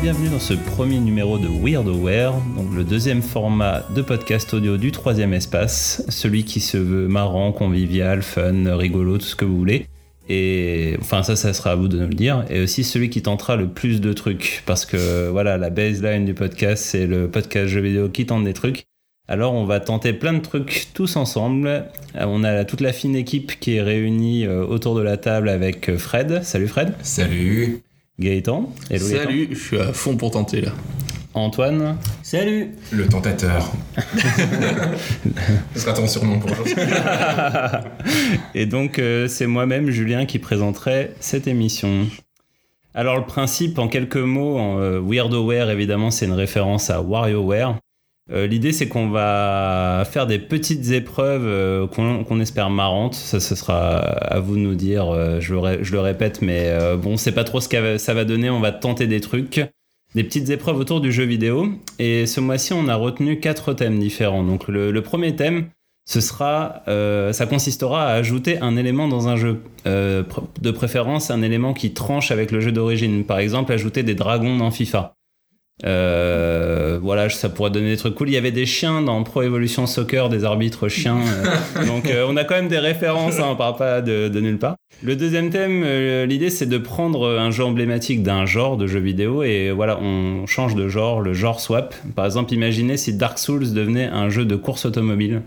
bienvenue dans ce premier numéro de Weird Aware, donc le deuxième format de podcast audio du troisième espace, celui qui se veut marrant, convivial, fun, rigolo, tout ce que vous voulez. Et enfin ça, ça sera à vous de nous le dire. Et aussi celui qui tentera le plus de trucs, parce que voilà, la baseline du podcast, c'est le podcast jeux vidéo qui tente des trucs. Alors on va tenter plein de trucs tous ensemble. Euh, On a toute la fine équipe qui est réunie euh, autour de la table avec euh, Fred. Salut Fred. Salut. Gaëtan. Hello Gaëtan. Salut, je suis à fond pour tenter là. Antoine. Salut Le tentateur. Ce sera ton surnom pour aujourd'hui. Et donc euh, c'est moi-même Julien qui présenterai cette émission. Alors le principe en quelques mots, en, euh, WeirdoWare évidemment c'est une référence à WarioWare. Euh, L'idée, c'est qu'on va faire des petites épreuves euh, qu'on qu'on espère marrantes. Ça, ce sera à vous de nous dire. euh, je, le ré- je le répète, mais euh, bon, on sait pas trop ce que ça va donner. On va tenter des trucs, des petites épreuves autour du jeu vidéo. Et ce mois-ci, on a retenu quatre thèmes différents. Donc, le, le premier thème, ce sera, euh, ça consistera à ajouter un élément dans un jeu, Euh, pr- de préférence un élément qui tranche avec le jeu d'origine. Par exemple, ajouter des dragons dans FIFA. Euh, voilà, ça pourrait donner des trucs cool. Il y avait des chiens dans Pro Evolution Soccer, des arbitres chiens. euh, donc euh, on a quand même des références, hein, on part pas de, de nulle part. Le deuxième thème, euh, l'idée c'est de prendre un jeu emblématique d'un genre de jeu vidéo et voilà, on change de genre, le genre swap. Par exemple, imaginez si Dark Souls devenait un jeu de course automobile.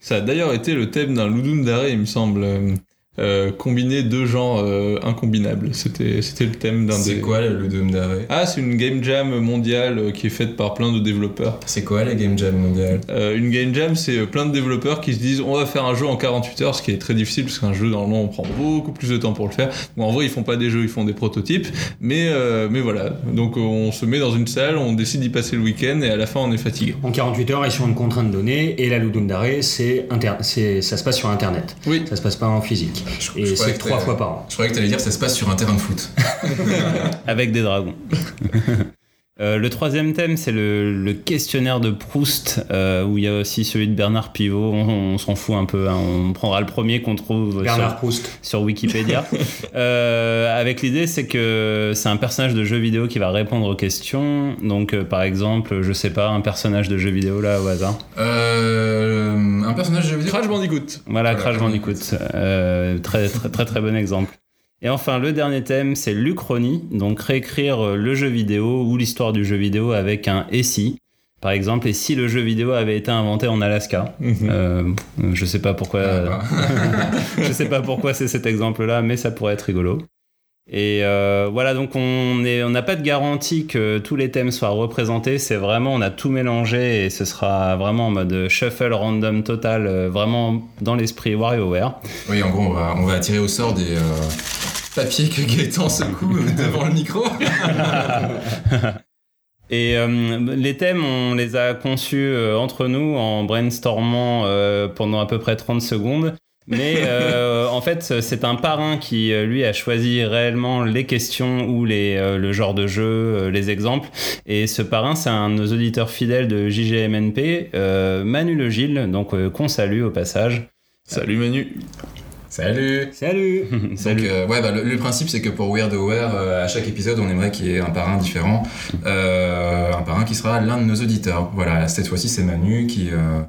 Ça a d'ailleurs été le thème d'un Ludum Dare, il me semble. Euh, euh, combiner deux genres euh, incombinables. C'était, c'était le thème d'un C'est des. quoi le Ludum Dare ah, c'est une game jam mondiale euh, qui est faite par plein de développeurs. C'est quoi la Game Jam mondiale Euh, une game jam, c'est euh, plein de développeurs qui se disent on va faire un jeu en 48 heures, ce qui est très difficile parce qu'un jeu normalement on prend beaucoup plus de temps pour le faire. Bon, en vrai, ils font pas des jeux, ils font des prototypes, mais euh, mais voilà. Donc euh, on se met dans une salle, on décide d'y passer le week-end et à la fin on est fatigué. En 48 heures et sur une contrainte donnée, et la Ludum Dare, c'est inter- c'est- ça se passe sur Internet. Oui. Ça se passe pas en physique. Je- je Et croyais c'est que trois t'as- fois par an. Je croyais que t'allais dire ça se passe sur un terrain de foot. avec des dragons. Euh, le troisième thème, c'est le, le questionnaire de Proust, euh, où il y a aussi celui de Bernard Pivot. On, on s'en fout un peu, hein. on prendra le premier qu'on trouve Bernard sur, Proust. sur Wikipédia. Euh, avec l'idée, c'est que c'est un personnage de jeu vidéo qui va répondre aux questions. Donc, euh, par exemple, je sais pas, un personnage de jeu vidéo là au hasard. Euh, un personnage de jeu vidéo Crash Bandicoot. Voilà, Voilà, Crash Bandicoot. Euh, très, très, très, très bon exemple. Et enfin, le dernier thème, c'est l'Uchronie. Donc, réécrire euh, le jeu vidéo ou l'histoire du jeu vidéo avec un et si. Par exemple, et si le jeu vidéo avait été inventé en Alaska Euh, Je sais pas pourquoi. Ah, bah. je sais pas pourquoi c'est cet exemple-là, mais ça pourrait être rigolo. Et euh, voilà, donc on est- on n'a pas de garantie que tous les thèmes soient représentés. C'est vraiment, on a tout mélangé et ce sera vraiment en mode shuffle random total, euh, vraiment dans l'esprit WarioWare. Oui, en gros, on va, on va attirer au sort des euh, papiers que Gaëtan secoue devant le micro. Et euh, les thèmes, on les a conçus euh, entre nous en brainstormant euh, pendant à peu près 30 secondes. Mais euh, en fait, c'est un parrain qui, euh, lui, a choisi réellement les questions ou les, euh, le genre de jeu, euh, les exemples. Et ce parrain, c'est un de nos auditeurs fidèles de JGMNP, euh, Manu Le Gilles, donc euh, qu'on salue au passage. Salut Manu. Salut Salut Salut. Donc, euh, ouais, bah, le, le principe, c'est que pour Weird Aware, euh, à chaque épisode, on aimerait qu'il y ait un parrain différent. Euh, un parrain qui sera l'un de nos auditeurs. Voilà, cette fois-ci, c'est Manu qui, euh,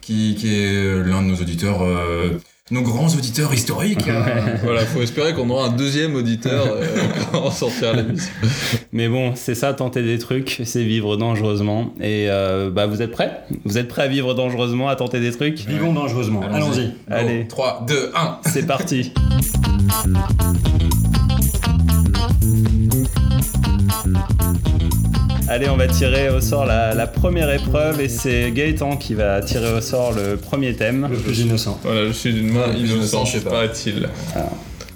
qui, qui est l'un de nos auditeurs, euh, nos grands auditeurs historiques. hein. Voilà, faut espérer qu'on aura un deuxième auditeur euh, quand on sortira la mise. Mais bon, c'est ça, tenter des trucs, c'est vivre dangereusement. Et euh, bah, vous êtes prêts Vous êtes prêts à vivre dangereusement, à tenter des trucs Vivons dangereusement. Allons-y. Allons-y. Bon, Allez. 3, 2, 1. C'est parti. Allez, on va tirer au sort la, la première épreuve et c'est Gaëtan qui va tirer au sort le premier thème. Le plus innocent. Voilà, Ah, je suis d'une main Je ne innocente, sais je sais pas. pas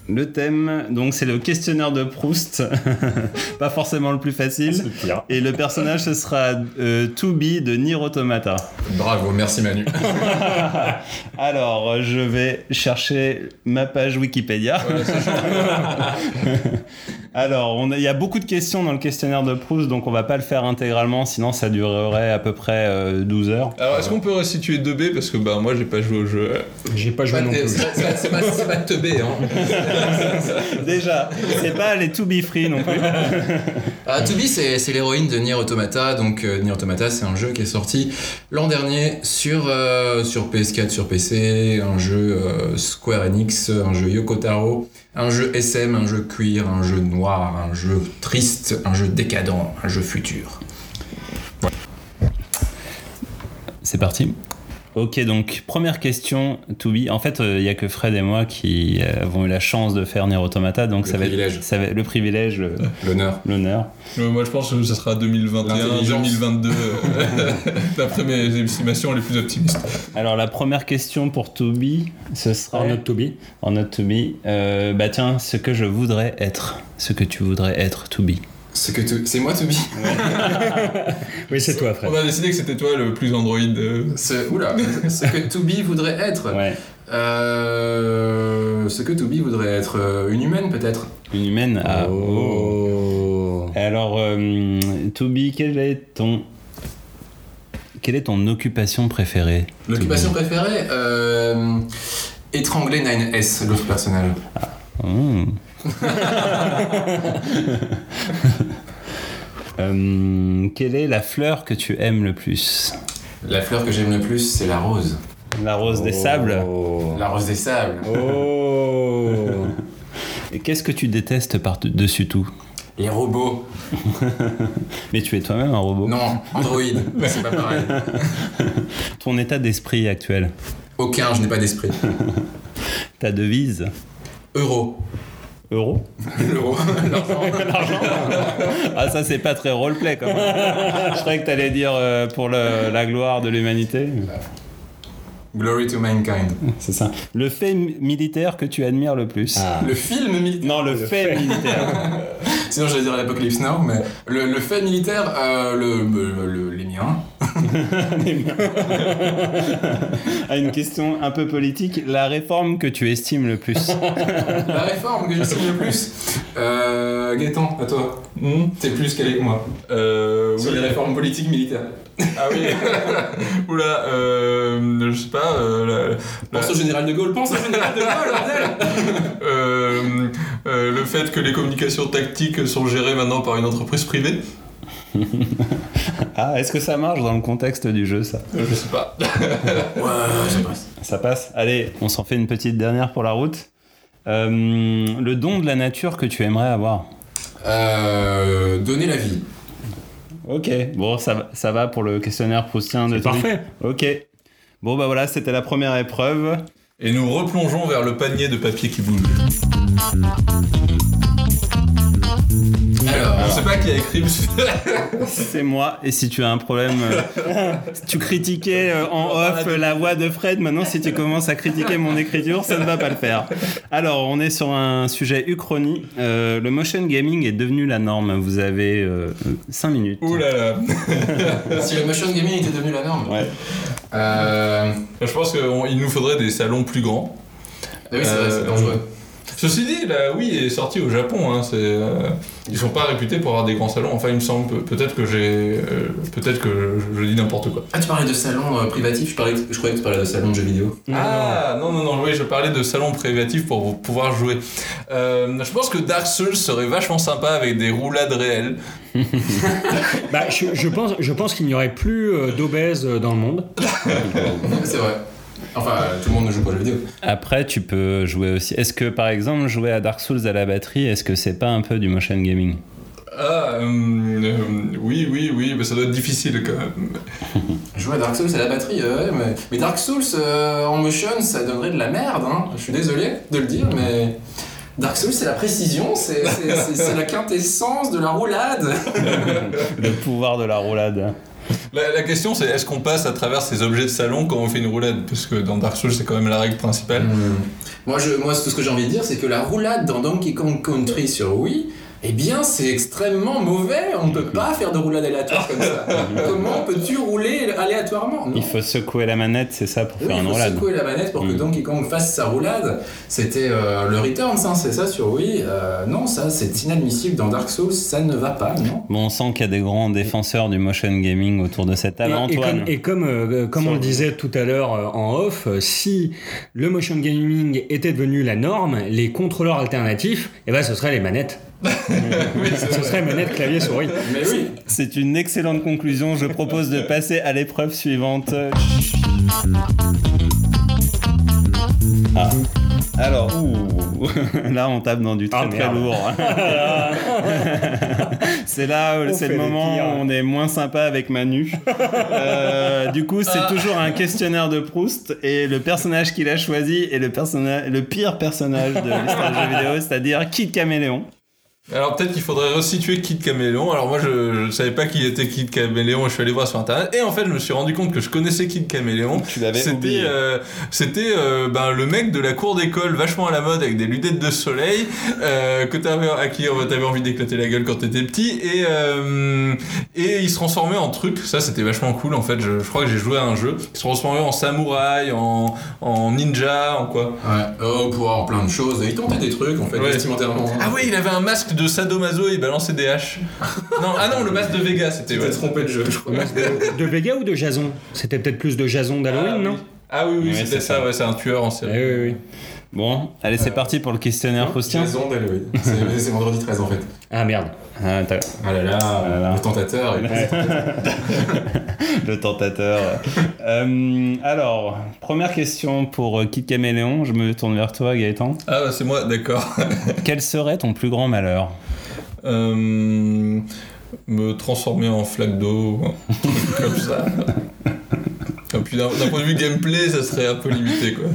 il Le thème, donc c'est le questionnaire de Proust, pas forcément le plus facile. Et le personnage, ce sera euh, To Be de Nier Automata. Bravo, merci Manu. Alors, euh, je vais chercher ma page Wikipédia. Alors, on a- il y a beaucoup de questions dans le questionnaire de Proust, donc on va pas le faire intégralement, sinon ça durerait à peu près euh, 12 heures. Alors, est-ce qu'on peut restituer 2B Parce que bah, moi, j'ai pas joué au jeu. J'ai pas joué Pas non de- plus. C'est pas- c'est pas- c'est pas c'est pas teubé, hein. Déjà, c'est pas les To Be Free non plus. Ah, to Be, c'est c'est l'héroïne de Nier Automata. Donc, euh, Nier Automata, c'est un jeu qui est sorti l'an dernier sur, euh, sur PS4, sur PC, un jeu euh, Square Enix, un jeu Yoko Taro, un jeu SM, un jeu cuir, un jeu noir, un jeu triste, un jeu décadent, un jeu futur. C'est parti. Ok, donc première question, To Be. En fait, euh, il y a que Fred et moi qui euh, avons eu la chance de faire Nier Automata, donc Le ça va, privilège. être, ça va être le privilège, le- L'honneur. l'honneur. Euh, moi, je pense que ça sera 2021, L'intelligence. 2022, euh, d'après mes estimations les plus optimistes. Alors la première question pour To Be, ce sera Or not to be. en note To Be. Euh, bah tiens, ce que je voudrais être, ce que tu voudrais être, To Be. C'est que To- c'est moi, To Be Oui, c'est toi, On Fred. a décidé que c'était toi le plus Android. euh. Ce- Oula, ce que To Be voudrait être. Ouais. Euh, ce que To Be voudrait être. euh, Une humaine, peut-être Une humaine. Ah. Oh. Alors euh, To Be, quel est ton quelle est ton occupation préférée To Be L'occupation préférée euh, Étrangler 9S, l'autre personnage. Hmm. Euh, quelle est la fleur que tu aimes le plus La fleur que j'aime le plus, c'est la rose. La rose des sables. Oh. La rose des sables. Oh. Et qu'est-ce que tu détestes par-dessus tout Les robots. Mais tu es toi-même un robot. Non, Android. c'est pas pareil. Ton état d'esprit actuel, Aucun, je n'ai pas d'esprit. ta devise, Euro. euro L'euro. L'argent. Ah ça c'est pas très roleplay quand même. Je croyais que t'allais dire euh, pour le- la gloire de l'humanité. Glory to mankind. C'est ça. Le fait mi- militaire que tu admires le plus. Ah. Le film militaire. Non, le, fait, militaire. Sinon, j'allais dire l'apocalypse Now, mais le, le fait militaire, euh, le, le- le- les miens. À Ah, une question un peu politique, la réforme que tu estimes le plus. La réforme que j'estime le plus. Euh, Gaëtan, à toi. T'es plus calé que moi. Hmm Euh, Sur oui. les réformes politiques militaires. Ah oui. Oula, euh, je sais pas. euh, la- la- Pense au général de Gaulle, pense au général de Gaulle, bordel euh, euh, le fait que les communications tactiques sont gérées maintenant par une entreprise privée. Ah, est-ce que ça marche dans le contexte du jeu ça Euh, je sais pas. Ouais, ça passe. Ça passe. Allez, on s'en fait une petite dernière pour la route. Euh, le don de la nature que tu aimerais avoir. Euh, donner la vie. Ok, bon, ça, va- ça va pour le questionnaire proustien de C'est Tony. parfait. Ok. Bon, bah voilà, c'était la première épreuve. Et nous replongeons vers le panier de papier qui bouge. Alors, Je sais pas qui a écrit. mais- C'est moi. Et si tu as un problème, euh, si tu critiquais euh, en off euh, la voix de Fred. Maintenant, si tu commences à critiquer mon écriture, ça ne va pas le faire. Alors, on est sur un sujet uchronie. Euh, le motion gaming est devenu la norme. Vous avez 5 minutes. Ouh là là. si le motion gaming était devenu la norme. Ouais. Euh, Je pense qu'il nous faudrait des salons plus grands. ah oui, c'est vrai, c'est Euh, dangereux. Ceci dit, la Wii est sortie au Japon. Hein, c'est, euh, ils sont pas réputés pour avoir des grands salons. Enfin, il me semble. Pe- Peut-être que j'ai. euh, Peut-être que je, je dis n'importe quoi. Ah, tu parlais de salon euh, privatif, je, parlais, je croyais que tu parlais de salon de jeux vidéo. ah non non non oui, je parlais de salons privatifs pour vous- pouvoir jouer. Euh, je pense que Dark Souls serait vachement sympa avec des roulades réelles. Bah, je, je pense, je pense qu'il n'y aurait plus euh, d'obèses euh, dans le monde. c'est vrai. Enfin, euh, tout le monde ne joue pas aux jeux vidéo. Après, tu peux jouer aussi. Est-ce que, par exemple, jouer à Dark Souls à la batterie, est-ce que c'est pas un peu du motion gaming Ah euh, euh, oui oui oui, mais ça doit être difficile quand même. Jouer à Dark Souls à la batterie, euh, ouais, mais... mais Dark Souls euh, en motion, ça donnerait de la merde, hein. Je suis désolé de le dire, mais... Dark Souls, c'est la précision, c'est- c'est c'est- c'est la quintessence de la roulade. Le pouvoir de la roulade. La, la question c'est est-ce qu'on passe à travers ces objets de salon quand on fait une roulade parce que dans Dark Souls c'est quand même la règle principale. Mmh. Moi, je, moi, tout ce que j'ai envie de dire, c'est que la roulade dans Donkey Kong Country sur Wii, Eh bien, c'est extrêmement mauvais. On ne peut pas faire de roulade aléatoire comme ça. Comment peux-tu rouler aléatoirement Non. Il faut secouer la manette, c'est ça, pour Oui, faire il un faut roulade. secouer la manette pour que Mm. Donkey Kong fasse sa roulade. C'était euh, le Returns, hein, c'est ça sur oui. non, ça c'est inadmissible dans Dark Souls, ça ne va pas, non Bon, on sent qu'il y a des grands défenseurs du motion gaming autour de cette table. Et- Et, Antoine, comme, et comme, euh, comme on le disait tout à l'heure euh, en off, euh, si le motion gaming était devenu la norme, les contrôleurs alternatifs, eh ben, ce seraient les manettes. ce serait manette, clavier, souris. Mais oui, c'est une excellente conclusion. Je propose de passer à l'épreuve suivante. Ah. Alors, ouh, là on tape dans du très Ah, très merde. lourd. c'est là, On c'est fait le des moment pires. où on est moins sympa avec Manu. Euh, du coup, c'est toujours un questionnaire de Proust et le personnage qu'il a choisi est le, personnage, le pire personnage de l'histoire des jeux vidéo, c'est-à-dire Kid Caméléon. Alors peut-être qu'il faudrait resituer Kid Caméléon. Alors moi je, je savais pas qui était Kid Caméléon et je suis allé voir sur internet et en fait je me suis rendu compte que je connaissais Kid Caméléon. Tu l'avais C'était oublié. euh, c'était euh, ben le mec de la cour d'école vachement à la mode avec des lunettes de soleil euh, que t'avais à qui euh, t'avais envie d'éclater la gueule quand t'étais petit et euh, et il se transformait en truc. Ça c'était vachement cool en fait. Je, je crois que j'ai joué à un jeu. Il se transformait en samouraï, en en ninja, en quoi. ouais. oh, pour avoir plein de choses. Il tentait des trucs en fait, Ouais. vestimentairement. hein. Ah oui, il avait un masque de sadomaso et il balançait des haches. non, ah non, le masque de Vega, c'était. Tu ouais. t'es trompé de jeu, je crois. De Vega ou de Jason C'était peut-être plus de Jason d'Halloween, Ah, non oui. Ah oui, oui, Ouais, c'était c'est ça, ça. ouais, c'est un tueur en série. Eh oui, oui. Bon, allez, c'est parti pour le Hein questionnaire Faustien. Jason d'Halloween. C'est c'est vendredi 13 en fait. Ah merde. Ah, t'as- Ah là là, là là. le tentateur. il- Le tentateur. Euh, alors, première question pour euh, Kid Caméléon. Je me tourne vers toi, Gaëtan. Ah, bah, c'est moi, d'accord. Quel serait ton plus grand malheur Euh, me transformer en flaque d'eau, un truc comme ça. Et puis d'un d'un point de vue gameplay, ça serait un peu limité, quoi.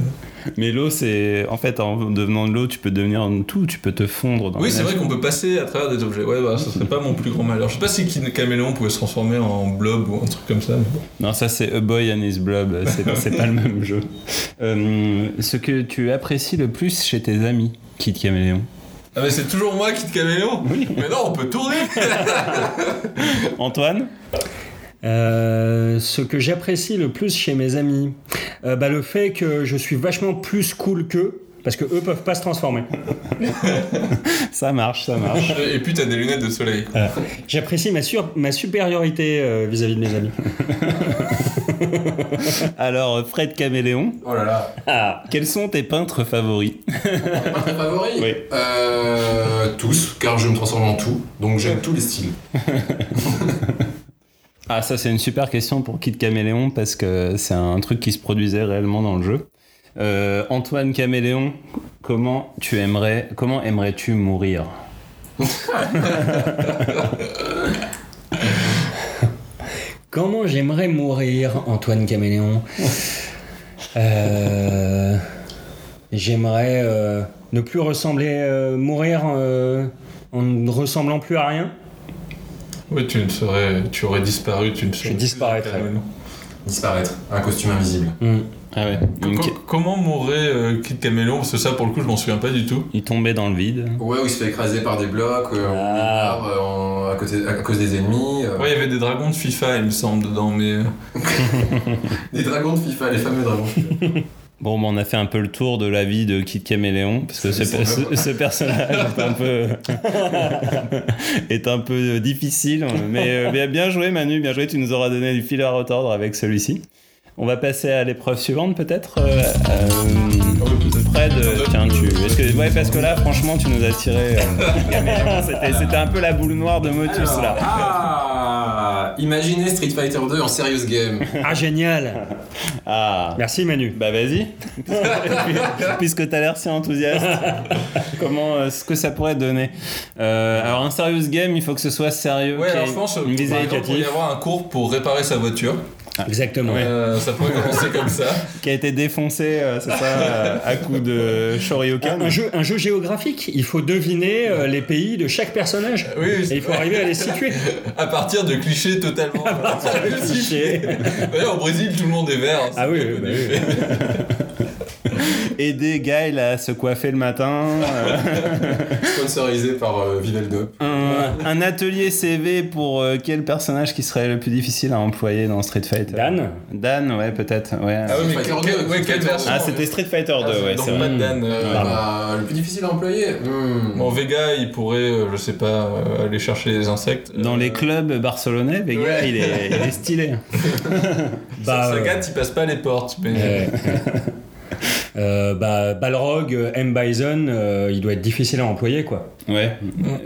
Mais l'eau, c'est. En fait, en devenant de l'eau, tu peux devenir tout. Tu peux te fondre dans Oui, la c'est neige. vrai qu'on peut passer à travers des objets. Ouais, bah, ça serait pas mon plus grand malheur. Je sais pas si Kid Caméléon pouvait se transformer en blob ou un truc comme ça. mais bon. Non, ça, c'est A Boy and His Blob. C'est c'est pas le même jeu. Euh, ce que tu apprécies le plus chez tes amis, Kid Caméléon Ah, mais c'est toujours moi, Kid Caméléon Mais non, on peut tourner Antoine Euh, ce que j'apprécie le plus chez mes amis, euh, bah, le fait que je suis vachement plus cool qu'eux, parce que eux peuvent pas se transformer. Ça marche, ça marche. Et puis t'as des lunettes de soleil. quoi. J'apprécie ma, sur- ma supériorité euh, vis-à-vis de mes amis. Alors, Fred Caméléon, Oh là là. quels sont tes peintres favoris Mes favoris Oui. Euh, Tous, car je me transforme en tout, donc j'aime tous les styles. Ah, ça, c'est une super question pour Kid Caméléon parce que c'est un truc qui se produisait réellement dans le jeu. Euh, Antoine Caméléon, comment tu aimerais, comment aimerais-tu mourir Comment j'aimerais mourir, Antoine Caméléon Euh, J'aimerais euh, ne plus ressembler, euh, mourir euh, en ne ressemblant plus à rien. Oui, tu ne serais, tu aurais disparu, tu ne serais. Je disparaîtrais. Disparaître, un costume invisible. Hmm. Ah ouais. donc, Co- comment mourrait euh, Kid Camélon Parce que ça, pour le coup, je m'en souviens pas du tout. il tombait dans le vide. Ouais, où il se fait écraser par des blocs, euh, en Ah. arbre, euh, en- à, côté- à cause des ennemis. euh, Ouais, il y avait des dragons de FIFA, il me semble, dedans, mais. euh, Des dragons de FIFA, les fameux dragons de FIFA. Bon, bah, on a fait un peu le tour de la vie de Kid Caméléon parce que ce, C'est- c'est ce- pas- ce personnage est un peu est un peu difficile. Mais euh, bien- bien joué, Manu, bien joué. Tu nous auras donné du fil à retordre avec celui-ci. On va passer à l'épreuve suivante, peut-être. euh, euh, ah ouais, peut-être. Fred, euh, tiens, tu. est-ce que- ouais, parce que là, franchement, tu nous as tiré. euh, caméléon. C'était- C'était un peu la boule noire de Motus, Alors, là. Ah Imaginez Street Fighter 2 en serious game. Ah génial Ah. Merci Manu. Bah, vas-y. Puisque t'as l'air si enthousiaste. Comment. euh, ce que ça pourrait donner. Euh, alors, un serious game, il faut que ce soit sérieux. Ouais, qu'il y alors ait je pense, euh, Une visée par exemple, il pourrait y éducative. avoir un cours pour réparer sa voiture. Exactement. Euh, ça pourrait commencer comme ça. Qui a été défoncé, euh, c'est ça, euh, à coup de Ah, shoryuken. Un jeu, un jeu géographique, il faut deviner euh, les pays de chaque personnage. Oui, oui, Et il faut arriver à les situer. à partir de clichés totalement. hein. D'ailleurs, au Brésil, tout le monde est vert. Ah oui, oui, bah oui. aider Gaël à se coiffer le matin. euh, Sponsorisé par euh, Vivaldo. un, un atelier CV pour euh, quel personnage qui serait le plus difficile à employer dans Street Fighter Dan Dan, ouais, peut-être. Ouais. Ah oui, mais Fighter quel- deux, quel- Street ouais, quel Fighter version euh, deux. Ah, c'était Street Fighter 2, ouais, Donc c'est vrai. Mad Dan, euh, Pardon. bah, le plus difficile à employer. hmm. Bon, Vega, il pourrait, euh, je sais pas, euh, aller chercher les insectes. Dans Euh, les clubs barcelonais, Vega, Ouais. il, est, il est stylé. Bah, euh, Sagat, il passe pas les portes, mais. Ouais. Euh, bah, Balrog, euh, M. Bison, euh, il doit être difficile à employer, quoi. Ouais.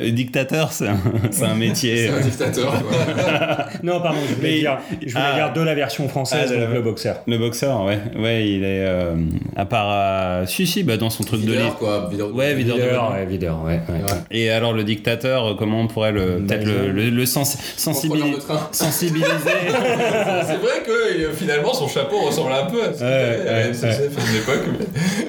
Euh, Dictateur, c'est un, c'est un métier. C'est un euh, dictateur, quoi. Non, pardon, je voulais Mais- dire, je voulais Ah. dire de la version française, Ah, de la- donc le boxeur. Le boxeur, ouais. Ouais, il est. euh, à part. euh, Si, si, bah, dans son truc de Videur, livre. quoi. Videur- Ouais, videur de Videur, bonheur. ouais, videur, ouais. ouais. Ouais. Et alors, le dictateur, euh, comment on pourrait le. Peut-être le, le, le sens- Contrôleur sensibiliser. de train. sensibiliser. C'est vrai que euh, finalement son chapeau ressemble un peu à ce qu'il Ouais, avait euh, à ouais, SNCF à une époque.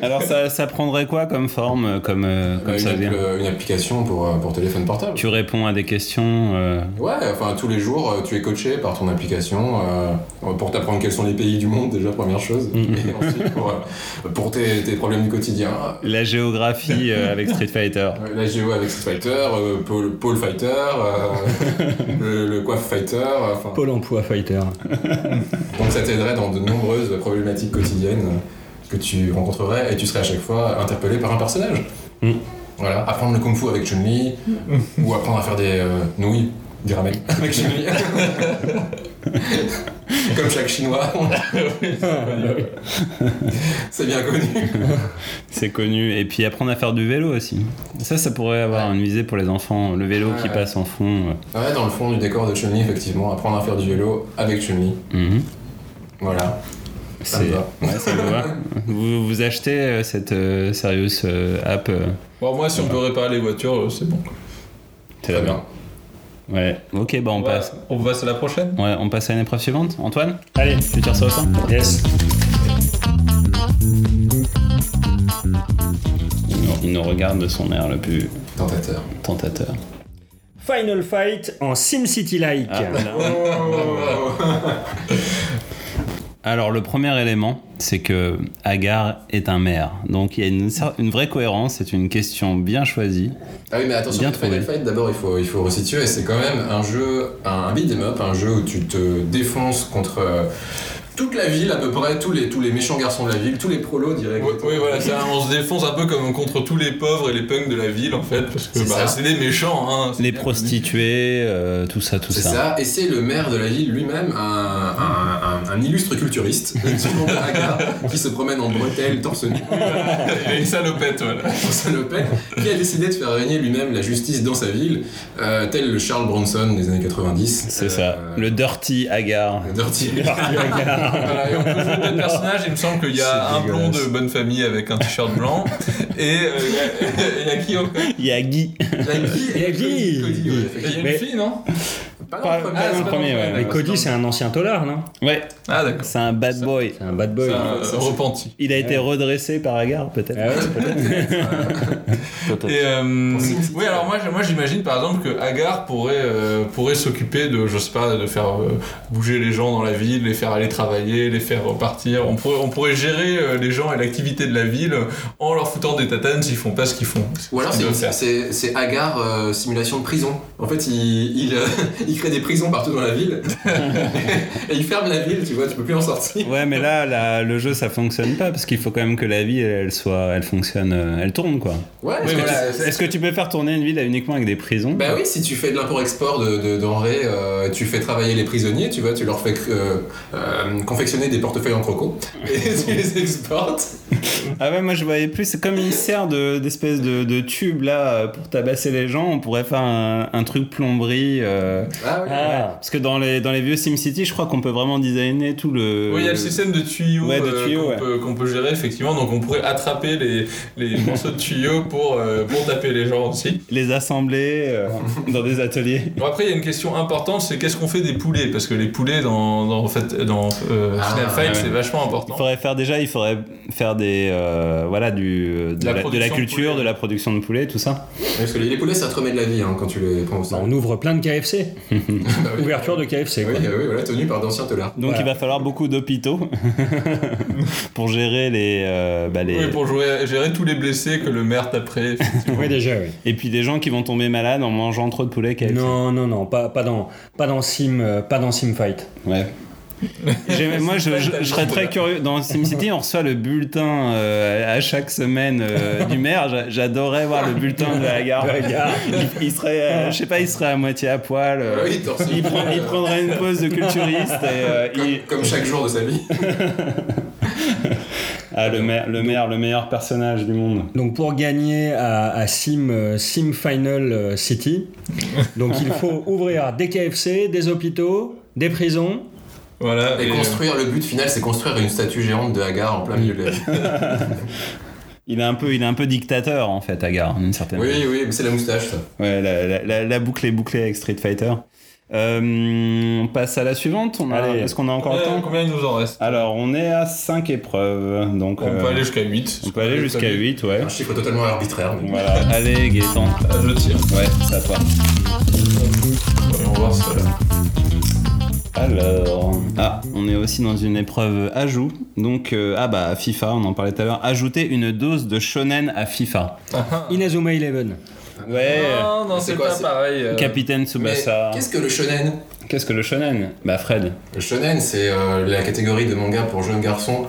Alors ça, ça prendrait quoi comme forme, euh, comme, euh, comme Euh, une, ça app- vient euh, une application pour, euh, pour téléphone portable. Tu réponds à des questions. euh, Ouais, enfin tous les jours, euh, tu es coaché par ton application euh, pour t'apprendre quels sont les pays du monde, déjà, première chose. Mm. Et ensuite, pour, euh, pour tes, tes problèmes du quotidien. la géographie euh, avec Street Fighter. Euh, La géo avec Street Fighter, euh, Paul, Paul Fighter, euh, le, le Coiffe Fighter. euh, enfin, Pôle emploi fighter. donc ça t'aiderait dans de nombreuses problématiques quotidiennes euh, que tu rencontrerais et tu serais à chaque fois interpellé par un personnage. Mm. Voilà, apprendre le kung-fu avec Chun-Li ou apprendre à faire des euh, nouilles, des ramen Mm. avec Chun-Li. Comme chaque chinois, on a- c'est bien connu. C'est connu. Et puis apprendre à faire du vélo aussi. Ça, ça pourrait avoir une visée pour les enfants. Le vélo Ouais, qui ouais. passe en fond. Ouais, dans le fond du décor de Chun-Li, effectivement, apprendre à faire du vélo avec Chun-Li. euh, mhm. Voilà. Ça C'est- me va. Ouais, ça me va. Vous, vous achetez euh, cette euh, Serious euh, app. euh, Bon, moi, si on peut réparer les voitures, euh, c'est bon. Très bien. Ouais. Ok, bah on Ouais, passe. On passe à la prochaine Ouais, on passe à une épreuve suivante. Antoine Allez, Tu tires ça au sort yes. il nous, il nous regarde de son air le plus Tentateur. tentateur. Final Fight en SimCity-like. Ah, là. Alors le premier élément, c'est que Agar est un maire. Donc il y a une, cer- une vraie cohérence, c'est une question bien choisie. Ah oui, mais attention, Bien Final trouvé. Fight, d'abord il faut, il faut resituer. C'est quand même un jeu, un beat'em up, un jeu où tu te défonces contre euh, toute la ville, à peu près, tous les, tous les méchants garçons de la ville, tous les prolos, dirais Oui, oui, voilà, ça, on se défonce un peu comme contre tous les pauvres et les punks de la ville, en fait, parce que C'est bah, ça. c'est des méchants, hein. Les C'est- prostituées, euh, tout ça, tout C'est ça. ça, et c'est le maire de la ville lui-même, un, un- un- un illustre culturiste, du nom de Hagar, qui se promène en bretelles, torse nu, Et une salopette, voilà. en salopette, qui a décidé de faire régner lui-même la justice dans sa ville, euh, tel le Charles Bronson des années 90. C'est Euh, ça. Le dirty Agar. le Dirty. Voilà, et on peut jouer d'autres personnages, il me semble qu'il y a C'est un blond de dégueulasse. bonne famille avec un t-shirt blanc, et euh, il y a- il y a qui encore Il y a Guy. Il y a Guy. Il y a une Mais- fille, non Pas Pas- dans le pas premier, dans c'est Ah, le pas premier, ouais. Mais Cody, c'est un ancien tolard, non Ouais, Ah, d'accord. euh, c'est un bad boy. C'est un bad boy. C'est un ça, c'est- repenti. Il a été redressé par Agar, peut-être. Ah ouais, peut-être. Et, euh, Pour SimCity. oui, alors moi, j'- moi j'imagine par exemple que Agar pourrait, euh, pourrait s'occuper de, je sais pas, de faire euh, bouger les gens dans la ville, les faire aller travailler, les faire repartir. On pourrait, on pourrait gérer euh, les gens et l'activité de la ville en leur foutant des tatanes s'ils font pas ce qu'ils font. Ou alors Ce qu'ils c'est- doivent faire. c'est c'est Agar euh, simulation de prison. En fait, il, il, euh, il crée des prisons partout dans la ville et il ferme la ville, tu vois, tu peux plus en sortir. Ouais, mais là, la- le jeu, ça fonctionne pas parce qu'il faut quand même que la ville, elle soit, elle fonctionne, euh, elle tourne quoi. Ouais, Oui, parce que voilà, tu- Est-ce que tu peux faire tourner une ville uniquement avec des prisons Bah oui, si tu fais de l'import-export de, de denrées, euh, tu fais travailler les prisonniers, tu vois, tu leur fais euh, euh, confectionner des portefeuilles en croco et tu les exportes. Ah ouais, moi je voyais plus, c'est comme une serre de- d'espèce de, de tube là euh, pour tabasser les gens, on pourrait faire un, un truc plomberie. euh, Ah oui. Ah. parce que dans les, dans les vieux SimCity, je crois qu'on peut vraiment designer tout le. Oui, il y a le système de tuyaux, Ouais, de euh, tuyaux, qu'on ouais. peut, qu'on peut gérer effectivement, donc on pourrait attraper les, les morceaux de tuyaux pour, euh, pour taper les gens aussi. les assembler euh, dans des ateliers. Bon, après, il y a une question importante, c'est qu'est-ce qu'on fait des poulets Parce que les poulets dans, dans, en fait, dans euh, Ah, Final Fight, ouais. c'est vachement Il important. faudrait faire déjà, il faudrait faire des. euh, voilà, du, de, La la, de la production de culture, poulet. de la production de poulet, tout ça. Parce que les poulets, ça te remet de la vie hein, quand tu les prends au Bah, sol. on ouvre plein de KFC. Ah Bah oui. Ouverture de KFC. Oui, quoi. euh, oui, voilà, tenu par d'anciens teulards. Donc Voilà. il va falloir beaucoup d'hôpitaux pour gérer les, euh, bah, les- Oui, pour jouer, gérer tous les blessés que le maire taperait. Oui, déjà, oui. Et puis des gens qui vont tomber malades en mangeant trop de poulet KFC. Non, non, non, pas, pas, dans, pas, dans, sim, euh, pas dans Simfight. Ouais. J'ai- moi, je, je- je serais très curieux. Dans SimCity, on reçoit le bulletin euh, à chaque semaine euh, du maire. J'a- J'adorais voir le bulletin de la gare. Ah. Il, il serait, euh, je sais pas, il serait à moitié à poil. euh, Oui, torse il, nu. prend- il prendrait une pause de culturiste. Et, euh, Comme, il- comme chaque jour de sa vie. Ah, le maire, le maire, le meilleur personnage du monde. Donc pour gagner à, à Sim, euh, Sim Final euh, City, donc il faut ouvrir des KFC, des hôpitaux, des prisons. voilà. Et et, euh, construire, le but final, c'est construire une statue géante de Hagar en plein milieu de la ville. Il est un peu, il est un peu dictateur en fait, Agar, d'une certaine. Oui, oui, mais c'est la moustache, ça. Ouais, la, la- la- la boucle est bouclée avec Street Fighter. Euh, on passe à la suivante. On a- Allez. Est-ce qu'on a encore le combien, temps combien il nous en reste Alors, on est à 5 épreuves, donc On euh, peut aller jusqu'à 8. on peut aller jusqu'à 8, ouais. Un chiffre totalement arbitraire. mais- Voilà. Allez, Gaëtan. Je tire. Ouais, ça part. Voyons voir ça. Alors. Ah, on est aussi dans une épreuve ajout. Donc, euh, ah bah, FIFA, on en parlait tout à l'heure. Ajouter une dose de shonen à FIFA. Ah. Inazuma Eleven. Ouais. Non, non, c'est c'est quoi, pas c'est- pareil. euh. Capitaine Bah, Mais Tsubasa. qu'est-ce que le shonen Qu'est-ce que le shonen Bah, Fred. Le shonen, c'est euh, la catégorie de manga pour jeunes garçons,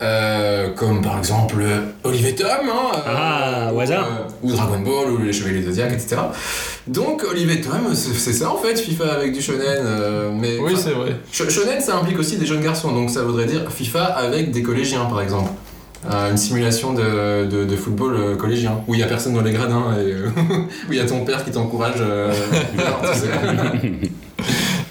euh, comme par exemple euh, Oliver Tom, hein, euh, Ah, au ou, hasard. euh, ou Dragon Ball, ou les Chevaliers Zodiac, etc. Donc Oliver Tom, c'est c'est ça en fait, FIFA avec du shonen. euh, mais Oui, c'est vrai. Sh- Shonen, ça implique aussi des jeunes garçons, donc ça voudrait dire FIFA avec des collégiens, par exemple. Euh, une simulation de, de- de football euh, collégien, où il n'y a personne dans les gradins, et euh, où il y a ton père qui t'encourage. euh, non, tu sais.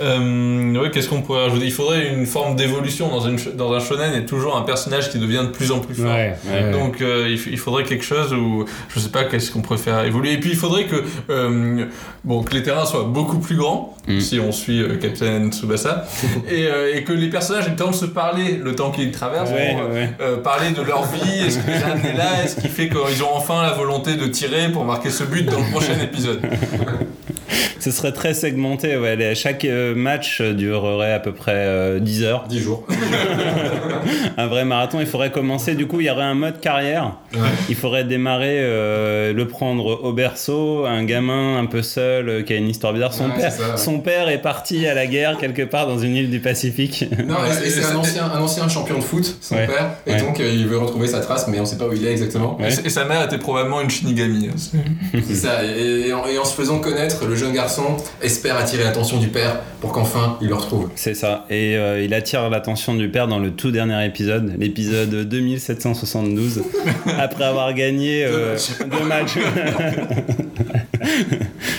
Euh, ouais, qu'est-ce qu'on pourrait rajouter Il faudrait une forme d'évolution dans, une, ch- dans un shonen et toujours un personnage qui devient de plus en plus fort. ouais. Donc euh, il, f- il faudrait quelque chose où je sais pas qu'est-ce qu'on pourrait faire évoluer. Et puis il faudrait que euh, bon que les terrains soient beaucoup plus grands Mm. si on suit euh, Captain Tsubasa et, euh, et que les personnages aient le temps de se parler le temps qu'ils traversent. Ouais, pour, euh, ouais. euh, parler de leur vie, est-ce que Jeanne est là, est-ce qu'il fait qu'ils ont enfin la volonté de tirer pour marquer ce but dans le prochain épisode Ce serait très segmenté, ouais. Les- Chaque euh, match durerait à peu près euh, 10 heures. 10 jours. Un vrai marathon, il faudrait commencer. Du coup, il y aurait un mode carrière. Il faudrait démarrer, euh, le prendre au berceau, un gamin un peu seul euh, qui a une histoire bizarre. Son, Ouais, père, c'est ça, ouais. son père est parti à la guerre quelque part dans une île du Pacifique. Non, Ouais, et- et et c'est un ça- ancien, un ancien champion de foot, son Ouais. père, et Ouais. donc euh, il veut retrouver sa trace, mais on sait pas où il est exactement. Ouais. Et sa mère était probablement une Shinigami. hein. C'est ça, et, et en, et en se faisant connaître, le jeune garçon espère attirer l'attention du père pour qu'enfin il le retrouve. C'est ça. Et euh, il attire l'attention du père dans le tout dernier épisode, l'épisode 2772, après avoir gagné euh, deux matchs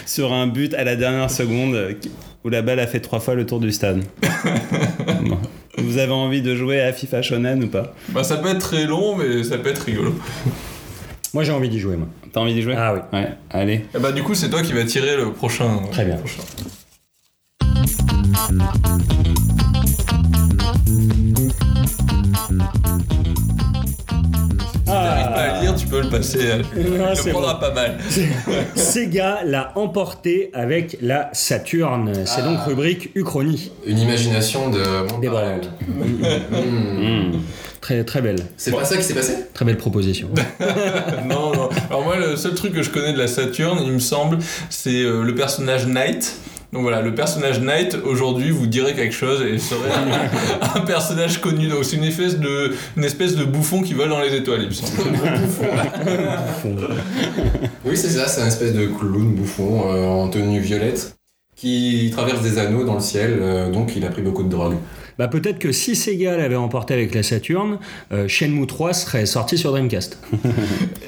sur un but à la dernière seconde qui- où la balle a fait trois fois le tour du stade. Bon. Vous avez envie de jouer à FIFA Shonen ou pas Bah, ça peut être très long, mais ça peut être rigolo. Moi j'ai envie d'y jouer, moi. T'as envie d'y jouer Ah oui. Ouais, allez. Et bah du coup c'est toi qui vas tirer le prochain. Très bien. prochain. T'arrives pas à lire, tu peux le passer. euh, Il Ah. Non, le c'est prendra pas mal. Sega l'a emporté avec la Saturne. C'est Ah. donc rubrique Uchronie. Une imagination de. Bon, Débordante. hmm. Hmm. Très, très belle. C'est pas ça qui s'est passé Très belle proposition. non, non. Alors moi, le seul truc que je connais de la Saturne, il me semble, c'est euh, le personnage Knight. Donc voilà, le personnage Knight, aujourd'hui, vous dirait quelque chose et serait un, un personnage connu. Donc c'est une espèce, de, une espèce de bouffon qui vole dans les étoiles, il me semble. Fond. Oui, c'est ça, c'est un espèce de clown bouffon euh, en tenue violette qui traverse des anneaux dans le ciel, euh, donc il a pris beaucoup de drogue. Bah peut-être que si Sega l'avait emporté avec la Saturne, euh, Shenmue 3 serait sorti sur Dreamcast.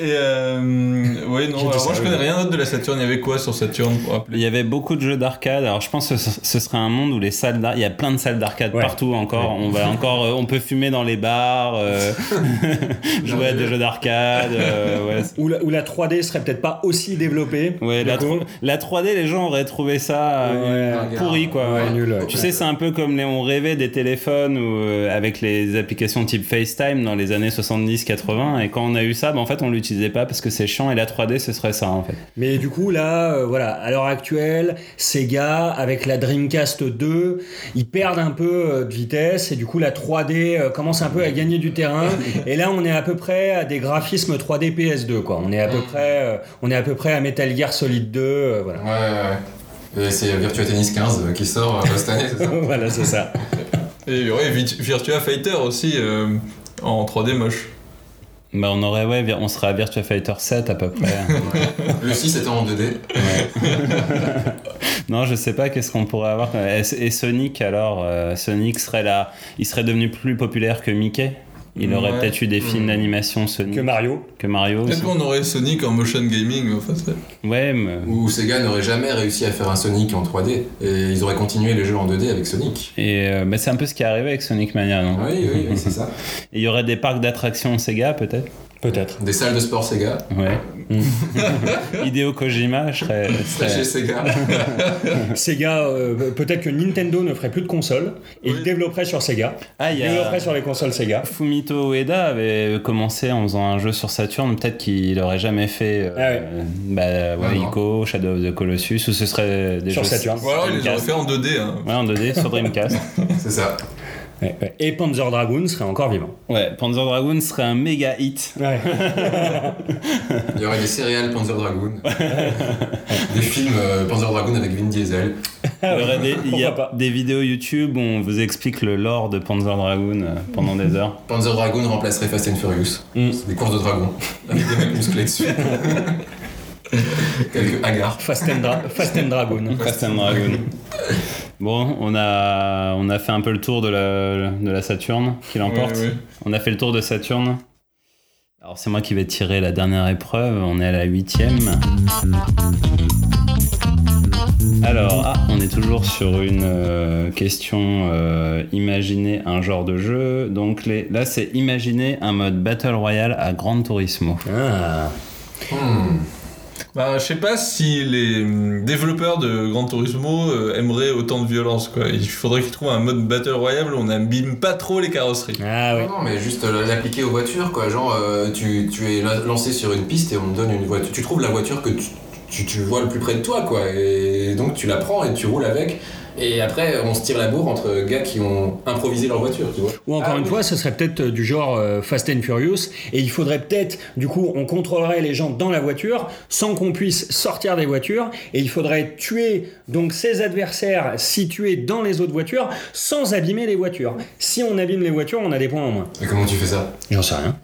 Et euh, ouais, J'ai non, dit alors moi ça, je oui. connais rien d'autre de la Saturne. Il y avait quoi sur Saturne Ah, pour Il rappeler y avait beaucoup de jeux d'arcade. Alors, je pense que ce ce serait un monde où les salles d'arcade, il y a plein de salles d'arcade Ouais. partout encore. On va encore, euh, on peut fumer dans les bars, euh, jouer à des jeux d'arcade. euh, ouais. Où la, où la 3D serait peut-être pas aussi développée. Ouais, la, Du coup, tro- la 3D, les gens auraient trouvé ça euh, Ouais. pourri, quoi. Ouais, nul, ouais. Tu sais, c'est un peu comme les, on rêvait des téléphones ou euh, avec les applications type FaceTime dans les années 70-80. Et quand on a eu ça, bah, en fait, on l'utilisait pas parce que c'est chiant et la 3D, ce serait ça en fait. Mais du coup, là, euh, voilà, à l'heure actuelle, Sega, avec la Dreamcast 2, ils perdent un peu euh, de vitesse et du coup, la 3D euh, commence un peu à gagner du terrain. Et là, on est à peu près à des graphismes 3D PS2, quoi. On est à peu près, euh, on est à peu près à Metal Gear Solid 2, euh, voilà. Ouais, ouais, ouais. Et c'est Virtua Tennis 15 euh, qui sort euh, cette année, c'est ça voilà, c'est ça. Et ouais, Vit- Virtua Fighter aussi euh, en 3D moche. Bah, on aurait, ouais, vi- on serait à Virtua Fighter 7 à peu près. Le 6 étant en 2D. non, je sais pas qu'est-ce qu'on pourrait avoir. Et, et Sonic alors, euh, Sonic serait là, il serait devenu plus populaire que Mickey. Il aurait Ouais. peut-être eu des films d'animation Sonic Que Mario. que Mario. aussi. Peut-être qu'on aurait Sonic en motion gaming, en fait. Ouais, mais- Où Sega n'aurait jamais réussi à faire un Sonic en 3D et ils auraient continué les jeux en 2D avec Sonic. Et euh, bah, c'est un peu ce qui est arrivé avec Sonic Mania, non Oui, oui, oui, c'est ça. Et Il y aurait des parcs d'attractions Sega, peut-être Peut-être. Des salles de sport Sega, Ouais. Hideo Kojima, je serais. je serais- chez Sega. Sega, euh, peut-être que Nintendo ne ferait plus de consoles et Oui. ils développeraient sur Sega. Ah, il Ils y a. développeraient sur les consoles Sega. Fumito Ueda avait commencé en faisant un jeu sur Saturn, peut-être qu'il aurait jamais fait euh, Ah ouais. bah, ouais, Ah non. Ico, Shadow of the Colossus, ou ce serait des Sur jeux Saturn. Ou alors, il les aurait Dreamcast. fait en 2D. hein. Ouais, en 2D sur Dreamcast. C'est ça. Ouais, ouais. Et Panzer Dragoon serait encore vivant. ouais, Panzer Dragoon serait un méga hit. Il y aurait des céréales Panzer Dragoon. des films euh, Panzer Dragoon avec Vin Diesel. Il y, aurait des, il y a Ah Pourquoi pas. des vidéos YouTube où on vous explique le lore de Panzer Dragoon euh, pendant des heures. Panzer Dragoon remplacerait Fast and Furious. Mm. C'est Des courses de dragons. Avec des mecs musclés dessus. Quelques hagards. Fast and, Dra- Fast and Dragoon. Fast and Dragoon. Bon, on a, on a fait un peu le tour de la, de la Saturne qui l'emporte. Ouais, ouais. On a fait le tour de Saturne. Alors c'est moi qui vais tirer la dernière épreuve. On est à la huitième. Alors, ah, on est toujours sur une euh, question euh, imaginer un genre de jeu. Donc les, là, c'est imaginer un mode Battle Royale à Gran Turismo. Ah. Hmm. Bah, je sais pas si les hum, développeurs de Gran Turismo euh, aimeraient autant de violence, quoi. Il faudrait qu'ils trouvent un mode Battle Royale où on n'abîme pas trop les carrosseries. Ah oui. Non, mais juste euh, l'appliquer aux voitures, quoi. Genre, euh, tu, tu es la- lancé sur une piste et on te donne une voiture. Tu trouves la voiture que tu, tu- tu vois le plus près de toi, quoi. Et donc, tu la prends et tu roules avec. Et après, on se tire la bourre entre gars qui ont improvisé leur voiture, tu vois. Ou encore Ah, une oui. fois, ce serait peut-être euh, du genre euh, Fast and Furious, et il faudrait peut-être, du coup, on contrôlerait les gens dans la voiture sans qu'on puisse sortir des voitures, et il faudrait tuer donc ses adversaires situés dans les autres voitures sans abîmer les voitures. Si on abîme les voitures, on a des points en moins. Mais comment tu fais ça J'en sais rien.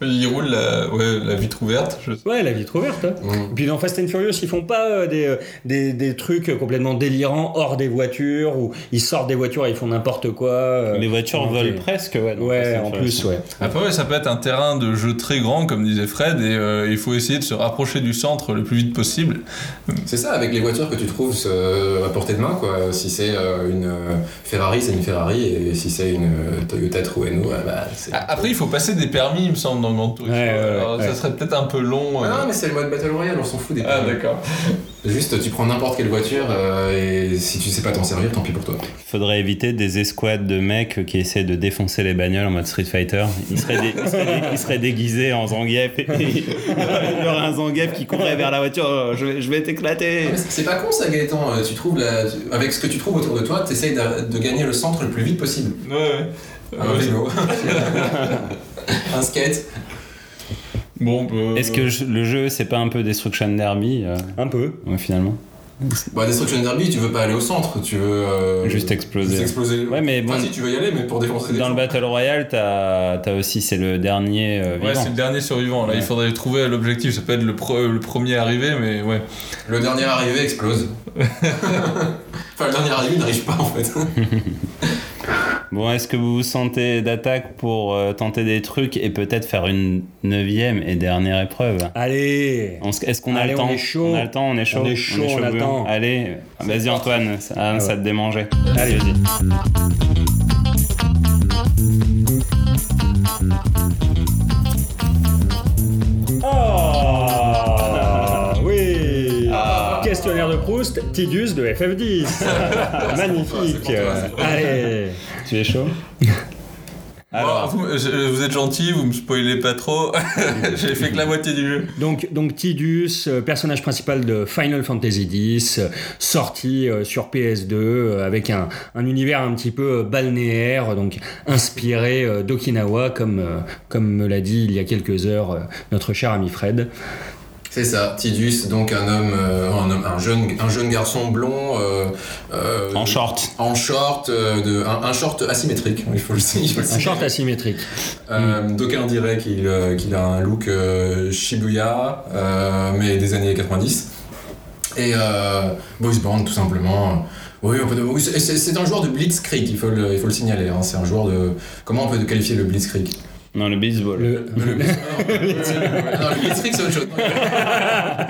Ils roulent la, ouais, la vitre ouverte. je- Ouais, la vitre ouverte. hein. Hmm. Et puis dans Fast and Furious, ils font pas euh, des, euh, des, des trucs complètement délirants hors des voitures, ou ils sortent des voitures et ils font n'importe quoi. euh, Les voitures ok. volent presque, ouais. dans Ouais, Fast and en Furious. plus, ouais. Après, ouais, ça peut être un terrain de jeu très grand, comme disait Fred, et euh, il faut essayer de se rapprocher du centre le plus vite possible. C'est ça, avec les voitures que tu trouves euh, à portée de main, quoi. Si c'est euh, une euh, Ferrari, c'est une Ferrari, et si c'est une euh, Toyota Trueno, euh, bah, c'est. A- Après, il faut passer des permis, il me semble, dans Gran Turismo. Ouais, ouais, Alors, ouais, ça ouais. serait peut-être un peu long. Ah euh. non, mais c'est le mode Battle Royale, on s'en fout des Ah, prix. d'accord. Juste, tu prends n'importe quelle voiture, euh, et si tu sais pas t'en servir, tant pis pour toi. Faudrait éviter des escouades de mecs qui essaient de défoncer les bagnoles en mode Street Fighter. Ils seraient, dé- ils seraient dé- ils seraient déguisés en Zangief. et- et- Il y aurait un Zangief qui courrait vers la voiture. Oh, je vais, je vais t'éclater. Ah, mais C'est pas con ça, Gaëtan. euh, Tu trouves la... tu- Avec ce que tu trouves autour de toi, t'essayes d'a- de gagner le centre le plus vite possible. Ouais, ouais. Euh, Un Ah, Ouais. vélo. Un skate. Bon, bah, Est-ce que je- le jeu, c'est pas un peu Destruction Derby euh, Un peu. ouais, finalement Bah, Destruction Derby, tu veux pas aller au centre, tu veux. euh, Juste exploser. Juste exploser. Ouais, mais bon, Enfin, si tu veux y aller, mais pour défoncer des dans gens. le Battle Royale, t'as as aussi, c'est le dernier euh, Ouais, vivant. c'est le dernier survivant. Là, il Ouais. faudrait trouver l'objectif. Ça peut être le, pro- le premier arrivé, mais ouais. Le dernier arrivé explose. enfin, le dernier arrivé n'arrive pas en fait. Bon, est-ce que vous vous sentez d'attaque pour euh, tenter des trucs et peut-être faire une neuvième et dernière épreuve Allez On se- Est-ce qu'on a Allez, le temps on est chaud. On a le temps, on est chaud. On est chaud, on bouillant. attend. Allez, vas-y Antoine, ça, ah, ouais. ça te démangeait. Allez, vas-y. Ah oui Oh Ah, Questionnaire de Proust, Tigus de FF10. c'est Magnifique. pour toi, c'est pour toi. Allez. Tu es chaud Alors, vous, je- vous êtes gentil, vous me spoilez pas trop. J'ai fait que la moitié du jeu. Donc, donc Tidus, euh, personnage principal de Final Fantasy X, euh, sorti euh, sur PS2 euh, avec un, un univers un petit peu euh, balnéaire, donc inspiré euh, d'Okinawa, comme, euh, comme me l'a dit il y a quelques heures euh, notre cher ami Fred. C'est ça, Tidus, donc un homme, euh, un, homme- un jeune, un jeune garçon blond. euh, euh, En short. en short, euh, de, un, un short asymétrique, il faut le il faut le Un signaler. short asymétrique. Euh, D'aucuns diraient qu'il euh, qu'il a un look euh, Shibuya, euh, mais des années 90. Et euh, boys band, tout simplement. Oui, on peut- oui, c'est- c'est c'est un joueur de Blitzkrieg, il faut le, il faut le signaler. hein. C'est un joueur de. Comment on peut qualifier le Blitzkrieg Non, le baseball. Le, Le, Blitz- ah, non, le- non, le Blitzkrieg, c'est autre chose. Non,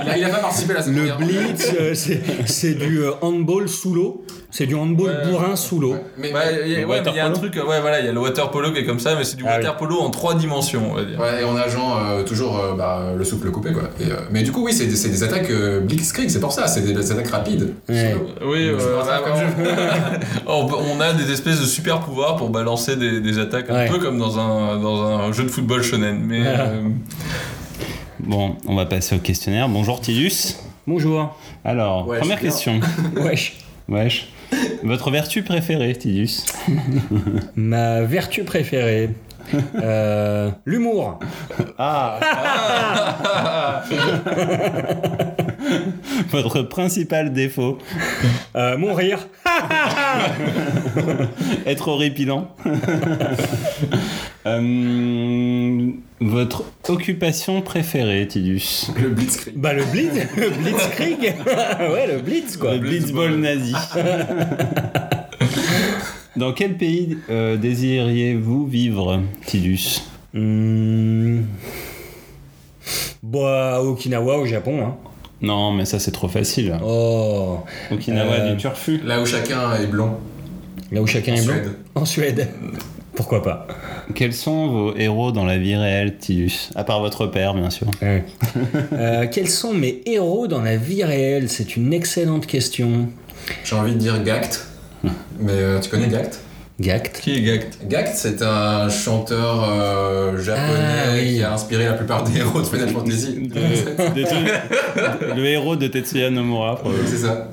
Il a, il a pas participé à la Seconde le Guerre mondiale. blitz, euh, c'est c'est du euh, handball sous l'eau. C'est du handball Ouais. bourrin sous l'eau. Mais, Ouais, il y a- Le ouais, water mais il y a un polo truc, ouais, voilà, il y a le water polo qui est comme ça, mais c'est du Ah oui. water polo en trois dimensions, on va dire. Ouais, et en agent euh, toujours euh, bah, le souple coupé quoi. Et, euh, mais du coup oui, c'est des, c'est des attaques euh, Blitzkrieg, c'est pour ça, c'est des, des attaques rapides. Ouais. Oui, Je euh, pense pas bah, comme on, on a des espèces de super pouvoirs pour balancer des, des attaques Ouais. Ah. un peu comme dans un, dans un jeu de football shonen. Mais euh, Bon, on va passer au questionnaire. Bonjour Tidus. Bonjour. Alors, Ouais, première je question. Wesh. Wesh. Votre vertu préférée, Tidus Ma vertu préférée. euh, L'humour. Ah Ah. Votre principal défaut Euh, mon rire. Être horripilant. Euh, votre occupation préférée, Tidus Le Blitzkrieg. Bah le blitz, le blitzkrieg. ouais, le blitz quoi. Le blitzball nazi. Dans quel pays euh, désiriez-vous vivre, Tidus Hmm. Bah Okinawa au Japon hein. Non, mais ça c'est trop facile. Oh, Okinawa Euh, du turfu. Là où chacun est blond. là où chacun En est blanc. Suède. En Suède. Pourquoi pas Quels sont vos héros dans la vie réelle, Tidus À part votre père, bien sûr. Ouais. Euh, Quels sont mes héros dans la vie réelle C'est une excellente question. J'ai envie de dire Gact. Mais euh, tu connais Gact Gact. qui est Gact Gact, c'est un chanteur euh, japonais Ah, oui. qui a inspiré la plupart des héros de Final Fantasy. De- de tout- le héros de Tetsuya Nomura, probablement, Euh, c'est ça.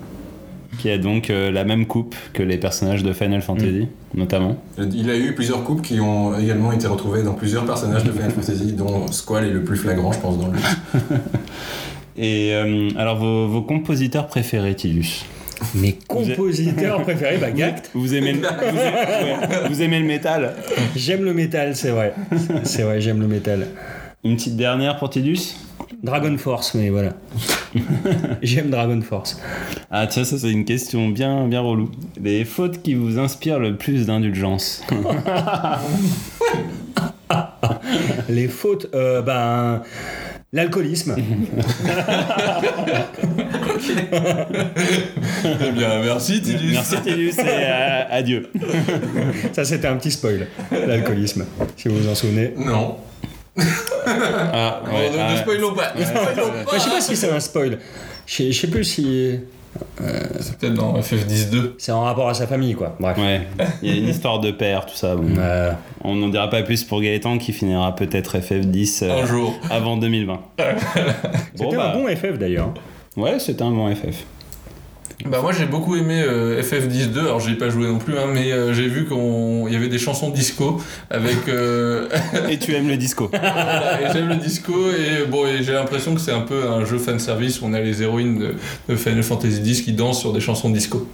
qui a donc euh, la même coupe que les personnages de Final Fantasy, notamment. Il a eu plusieurs coupes qui ont également été retrouvées dans plusieurs personnages de Final Fantasy, dont Squall est le plus flagrant, je pense, dans le. Et euh, alors, vos, vos compositeurs préférés, Tidus Mes compositeurs préférés, bah Gact. Vous aimez le, vous aimez- ouais, vous aimez le métal J'aime le métal, c'est vrai. C'est vrai, j'aime le métal. Une petite dernière pour Tidus Dragon Force, mais voilà. J'aime Dragon Force. Ah tiens, ça c'est une question bien, bien relou. Les fautes qui vous inspirent le plus d'indulgence Les fautes, euh, ben. L'alcoolisme. Mhm. Eh bien, merci Tidus. Merci Tidus et euh, adieu. Ça, c'était un petit spoil. L'alcoolisme, si vous vous en souvenez. Non. Ah, Oh, ouais, ne- ah, ne spoilons pas. ne spoilons Enfin, pas. je sais pas si c'est un spoil. Je sais- je sais plus si. C'est peut-être dans FF102. C'est en rapport à sa famille, quoi. Bref. ouais, il y a une histoire de père, tout ça. bon. Euh, On n'en dira pas plus pour Gaëtan qui finira peut-être FF10 euh, Un jour. avant 2020. c'était Bon, bah, un bon FF d'ailleurs. Ouais, c'était un bon FF. Bah moi j'ai beaucoup aimé euh, FF102, alors j'ai pas joué non plus, hein, mais euh, j'ai vu qu'on il y avait des chansons disco avec euh, Et tu aimes le disco Voilà, et j'aime le disco et bon et j'ai l'impression que c'est un peu un jeu fan service où on a les héroïnes de, de Final Fantasy X qui dansent sur des chansons disco.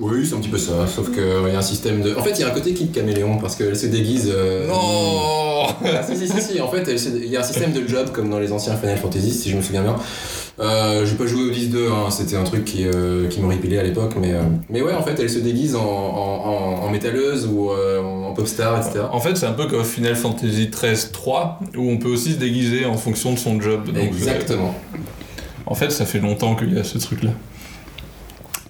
Oui, c'est un petit peu ça, sauf qu'il y a un système de. En fait, il y a un côté Kid Caméléon parce qu'elle se déguise. euh, Ah, si, si, si, si, en fait, elle se- il y a un système de job comme dans les anciens Final Fantasy, si je me souviens bien. Euh, j'ai pas joué au 10-2, hein, c'était un truc qui, euh, qui m'horripilait à l'époque, mais, euh, mais ouais, en fait, elle se déguise en, en, en, en métalleuse ou euh, en popstar, etc. En fait, c'est un peu comme Final Fantasy 13 3 où on peut aussi se déguiser en fonction de son job. Donc, euh, Exactement. en fait, ça fait longtemps qu'il y a ce truc là.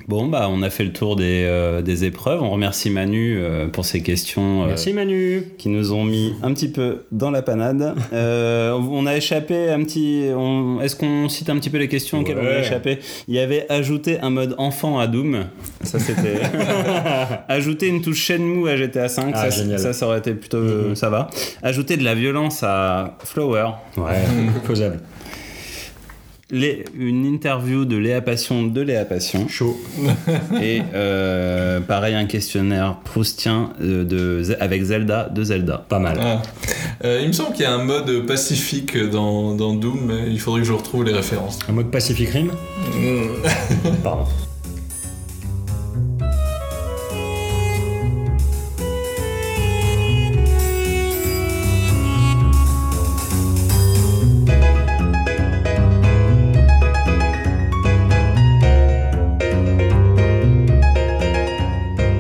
Bon, bah, on a fait le tour des, euh, des épreuves. On remercie Manu euh, pour ces questions euh, Merci Manu. qui nous ont mis un petit peu dans la panade. Euh, on a échappé un petit. on- Est-ce qu'on cite un petit peu les questions auxquelles on a Ouais. échappé Il y avait ajouté un mode enfant à Doom. Ça, c'était. ajouter une touche Shenmue à GTA V. Ah, ça, génial. Mm-hmm. ça, ça aurait été plutôt. Ça va. Ajouter de la violence à Flower. Ouais, faisable. Les- une interview de Léa Passion de Léa Passion. Chaud. Et euh, pareil, un questionnaire proustien euh, de, Ze- avec Zelda de Zelda. Pas mal. Ah. Euh, il me semble qu'il y a un mode pacifique dans, dans Doom, mais il faudrait que je retrouve les références. Un mode Pacific Rim Pardon.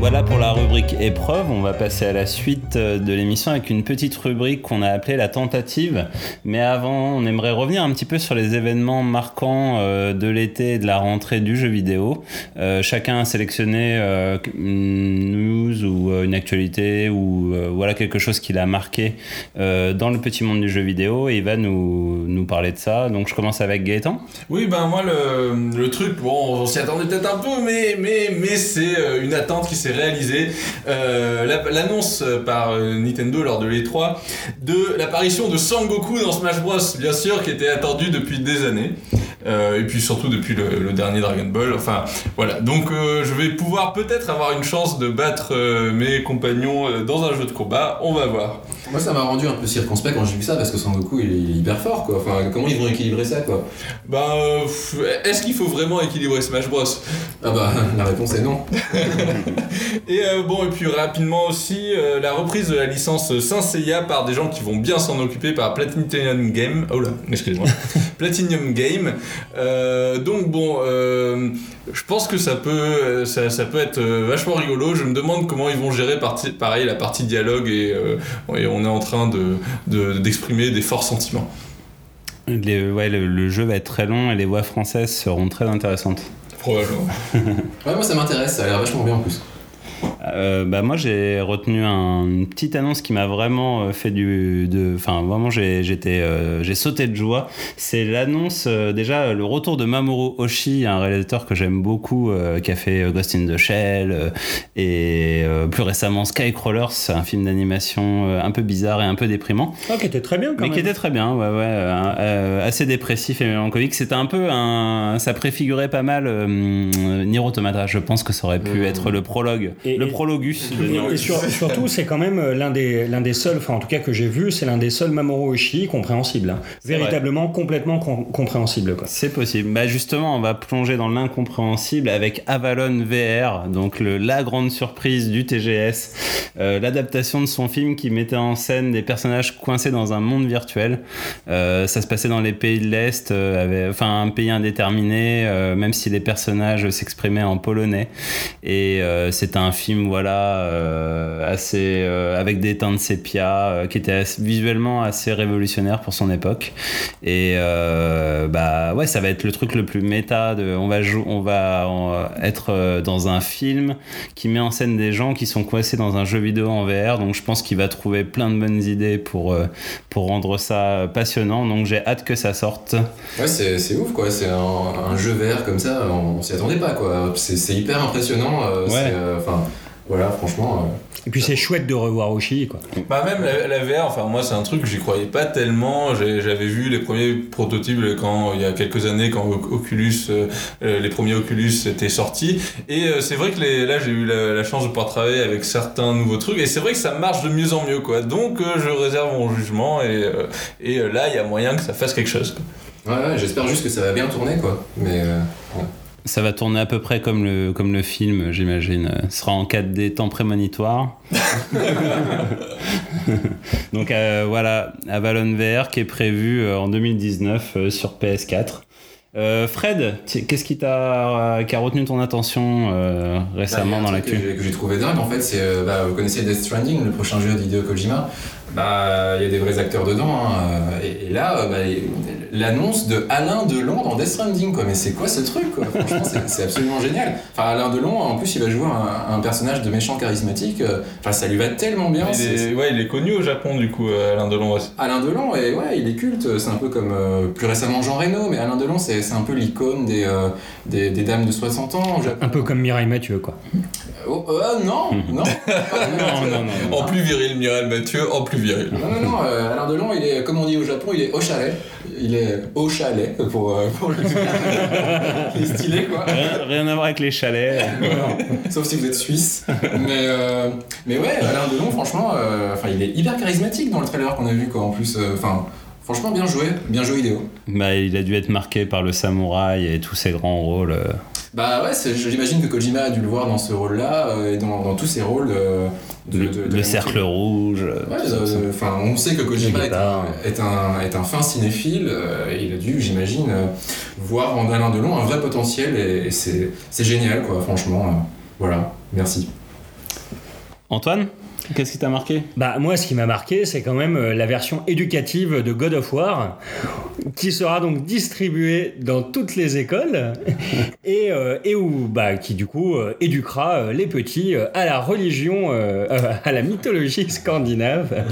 Voilà pour la rubrique épreuve. On va passer à la suite euh, de l'émission avec une petite rubrique qu'on a appelée la tentative. Mais avant, on aimerait revenir un petit peu sur les événements marquants euh, de l'été et de la rentrée du jeu vidéo. Euh, chacun a sélectionné euh, une news ou euh, une actualité ou euh, voilà quelque chose qui l'a marqué euh, dans le petit monde du jeu vidéo et il va nous, nous parler de ça. Donc je commence avec Gaëtan. Oui, ben moi, le, le truc, bon, on s'y attendait peut-être un peu, mais, mais, mais c'est euh, une attente qui s'est réalisée. Euh, la- L'annonce euh, par euh, Nintendo lors de l'E3 de l'apparition de Sangoku dans Smash Bros, bien sûr, qui était attendue depuis des années. Euh, et puis surtout depuis le, le dernier Dragon Ball. Enfin, voilà. Donc, euh, je vais pouvoir peut-être avoir une chance de battre euh, mes compagnons euh, dans un jeu de combat. On va voir. Moi, ça m'a rendu un peu circonspect quand j'ai vu ça, parce que Sangoku, il est hyper fort, quoi. Enfin, comment ils vont équilibrer ça, quoi Ben, euh, pff, est-ce qu'il faut vraiment équilibrer Smash Bros Ah bah, la réponse est non. Et euh, bon, et puis rapidement aussi, euh, la reprise de la licence Saint Seiya par des gens qui vont bien s'en occuper par Platinum Game. Oh là, excusez-moi. Platinum Game. Euh, donc bon, euh, je pense que ça peut, euh, ça, ça peut être euh, vachement rigolo. Je me demande comment ils vont gérer parti- pareil la partie dialogue et, euh, et on est en train de- de- d'exprimer des forts sentiments. Les- ouais, le, le jeu va être très long et les voix françaises seront très intéressantes. Probablement. Ouais, moi, ça m'intéresse, ça a l'air vachement bien en plus. Euh, bah moi j'ai retenu un- une petite annonce qui m'a vraiment euh, fait du de enfin vraiment j'ai j'étais euh, j'ai sauté de joie c'est l'annonce euh, déjà euh, le retour de Mamoru Oshii un réalisateur que j'aime beaucoup euh, qui a fait euh, Ghost in the Shell euh, et euh, plus récemment Skycrawlers c'est un film d'animation euh, un peu bizarre et un peu déprimant Oh, qui était très bien quand mais même. qui était très bien, ouais, ouais, euh, euh, assez dépressif et mélancolique. C'était un peu un, ça préfigurait pas mal euh, hum, Nier Automata. Je pense que ça aurait pu Mmh. être le prologue, Et- le et- prologus. de Et- Nier Et, sur- surtout, c'est quand même euh, l'un des, l'un des seuls, enfin en tout cas que j'ai vu, c'est l'un des seuls Mamoru Oshii compréhensible. hein. C'est vrai. Véritablement, complètement com- compréhensible. Quoi. C'est possible. Bah justement, on va plonger dans l'incompréhensible avec Avalon VR, donc le, la grande surprise du TGS, euh, l'adaptation de son film qui mettait en scène des personnages coincés dans un monde virtuel. Euh, ça se passait dans les pays de l'Est, euh, avec- enfin un pays indéterminé, euh, même si les personnages s'exprimaient en polonais. Et euh, c'est un film, voilà, euh, assez euh, avec des teintes sépia, euh, qui était assez- visuellement assez révolutionnaire pour son époque. Et euh, bah ouais, ça va être le truc le plus méta. De, on va jou- on va en- être euh, dans un film qui met en scène des gens qui sont coincés dans un jeu vidéo en VR. Donc je pense qu'il va trouver plein de bonnes idées pour euh, pour rendre ça euh, passionnant. Donc j'ai hâte que ça sorte. Ouais, c'est c'est ouf, quoi. C'est un, un jeu vert comme ça, on, on s'y attendait pas, quoi. C'est c'est hyper impressionnant. euh, Ouais. c'est, euh, Enfin, voilà, franchement. euh, Et puis c'est chouette de revoir Oshii. Quoi. Bah même la, la VR, enfin moi c'est un truc que j'y croyais pas tellement. J'ai- J'avais vu les premiers prototypes quand il y a quelques années quand O- Oculus, euh, euh, les premiers Oculus étaient sortis. Et euh, c'est vrai que les, là j'ai eu la, la chance de pouvoir travailler avec certains nouveaux trucs. Et c'est vrai que ça marche de mieux en mieux quoi. Donc euh, je réserve mon jugement et, euh, et euh, là il y a moyen que ça fasse quelque chose. quoi. euh, Ouais, ouais, j'espère juste que ça va bien tourner, quoi. Mais. euh, ouais. Ça va tourner à peu près comme le, comme le film, j'imagine. Euh, Ce sera en 4D, temps prémonitoire. Donc euh, voilà, Avalon VR qui est prévu euh, en 2019 euh, sur PS4. Euh, Fred, t- qu'est-ce qui t'a euh, qui a retenu ton attention euh, récemment Bah, il y a dans un truc l'actu que j'ai- Que j'ai trouvé dingue en fait, c'est. euh, bah, vous connaissez Death Stranding, le prochain jeu d'Hideo Kojima. bah, il y a des vrais acteurs dedans. hein. Et, et là, euh, bah, les- l'annonce de Alain Delon dans Death Stranding, quoi. Mais c'est quoi ce truc, quoi Franchement, c'est- c'est absolument génial. Enfin, Alain Delon, en plus, il va jouer un, un personnage de méchant charismatique. euh, Enfin, ça lui va tellement bien. Il c'est- est, ouais, il est connu au Japon, du coup, euh, Alain Delon. ouais. Alain Delon, et ouais, il est culte, c'est un peu comme euh, plus récemment Jean Reno, mais Alain Delon, c'est c'est un peu l'icône des, euh, des, des dames de 60 ans. je- Un peu comme Mireille Mathieu, quoi. Oh, euh, non, non, Non, Oh, non, non. Oh. En plus viril, Mireille Mathieu, en plus viril. non, non, non, euh, Alain Delon, il est, comme on dit au Japon, il est au chalet. Il est au chalet pour, euh, pour le Il est stylé, quoi. Rien, rien à voir avec les chalets. Sauf si vous êtes suisse. Mais, euh, mais ouais, Alain Delon, franchement, euh, enfin, il est hyper charismatique dans le trailer qu'on a vu, quoi. En plus, euh, enfin, franchement, bien joué, bien joué vidéo. Bah, il a dû être marqué par le samouraï et tous ses grands rôles. euh. Bah ouais, c'est- j'imagine que Kojima a dû le voir dans ce rôle-là euh, et dans, dans tous ses rôles euh, de, le de- de- le cercle rouge. euh, Ouais, tout ça. euh, enfin, on sait que Kojima La est un, guitare. est, un, est un fin cinéphile. euh, et il a dû, j'imagine, euh, voir en Alain Delon un vrai potentiel et, et c'est c'est génial, quoi, franchement. euh, voilà, merci. Antoine, qu'est-ce qui t'a marqué Bah moi, ce qui m'a marqué, c'est quand même euh, la version éducative de God of War, qui sera donc distribuée dans toutes les écoles et, euh, et où bah qui du coup euh, éduquera euh, les petits euh, à la religion, euh, euh, à la mythologie scandinave.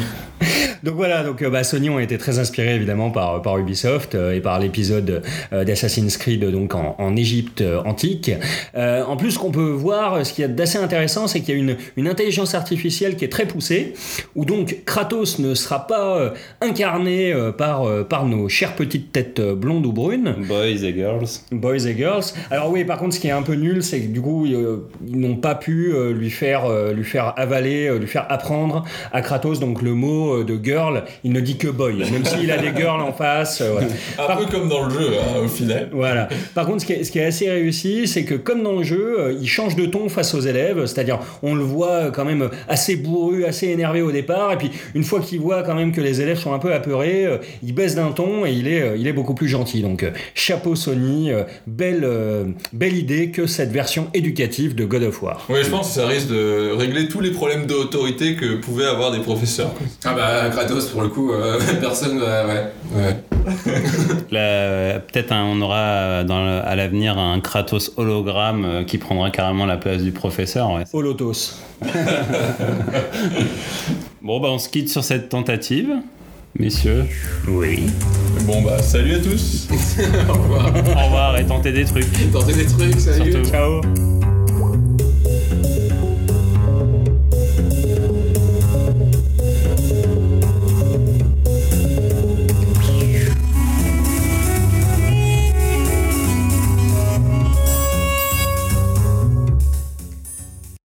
Donc voilà, donc euh, bah, Sony ont été très inspirés évidemment par, par Ubisoft euh, et par l'épisode euh, d'Assassin's Creed euh, donc en, en Égypte euh, antique. Euh, en plus, ce qu'on peut voir, euh, ce qu'il y a d'assez intéressant, c'est qu'il y a une, une intelligence artificielle qui est très poussée, où donc Kratos ne sera pas euh, incarné euh, par, euh, par nos chères petites têtes euh, blondes ou brunes, Boys et girls. Boys et girls. Alors oui, par contre, ce qui est un peu nul, c'est que du coup, ils, euh, ils n'ont pas pu euh, lui faire, euh, lui faire avaler, euh, lui faire apprendre à Kratos donc le mot euh, de girl. Il ne dit que boy, même s'il a des girls en face. euh, voilà. Un Par- peu comme dans le jeu, hein, au final. Voilà. Par contre, ce qui est, ce qui est assez réussi, c'est que comme dans le jeu, euh, il change de ton face aux élèves. C'est-à-dire, on le voit euh, quand même assez bourru, assez énervé au départ. Et puis, une fois qu'il voit quand même que les élèves sont un peu apeurés, euh, il baisse d'un ton et il est, euh, il est beaucoup plus gentil. Donc, euh, chapeau Sony, euh, belle, euh, belle idée que cette version éducative de God of War. Oui, je pense que ça risque de régler tous les problèmes d'autorité que pouvaient avoir des professeurs. quoi. Ah bah, Kratos, pour le coup, euh, personne va. Ouais. ouais. Là, euh, peut-être hein, on aura dans le- à l'avenir un Kratos hologramme euh, qui prendra carrément la place du professeur. ouais. Holotos. Bon, bah, on se quitte sur cette tentative, messieurs. Oui. Bon, bah, salut à tous Au revoir. Au revoir et tentez des trucs. Tentez des trucs, salut. Surtout. Ciao.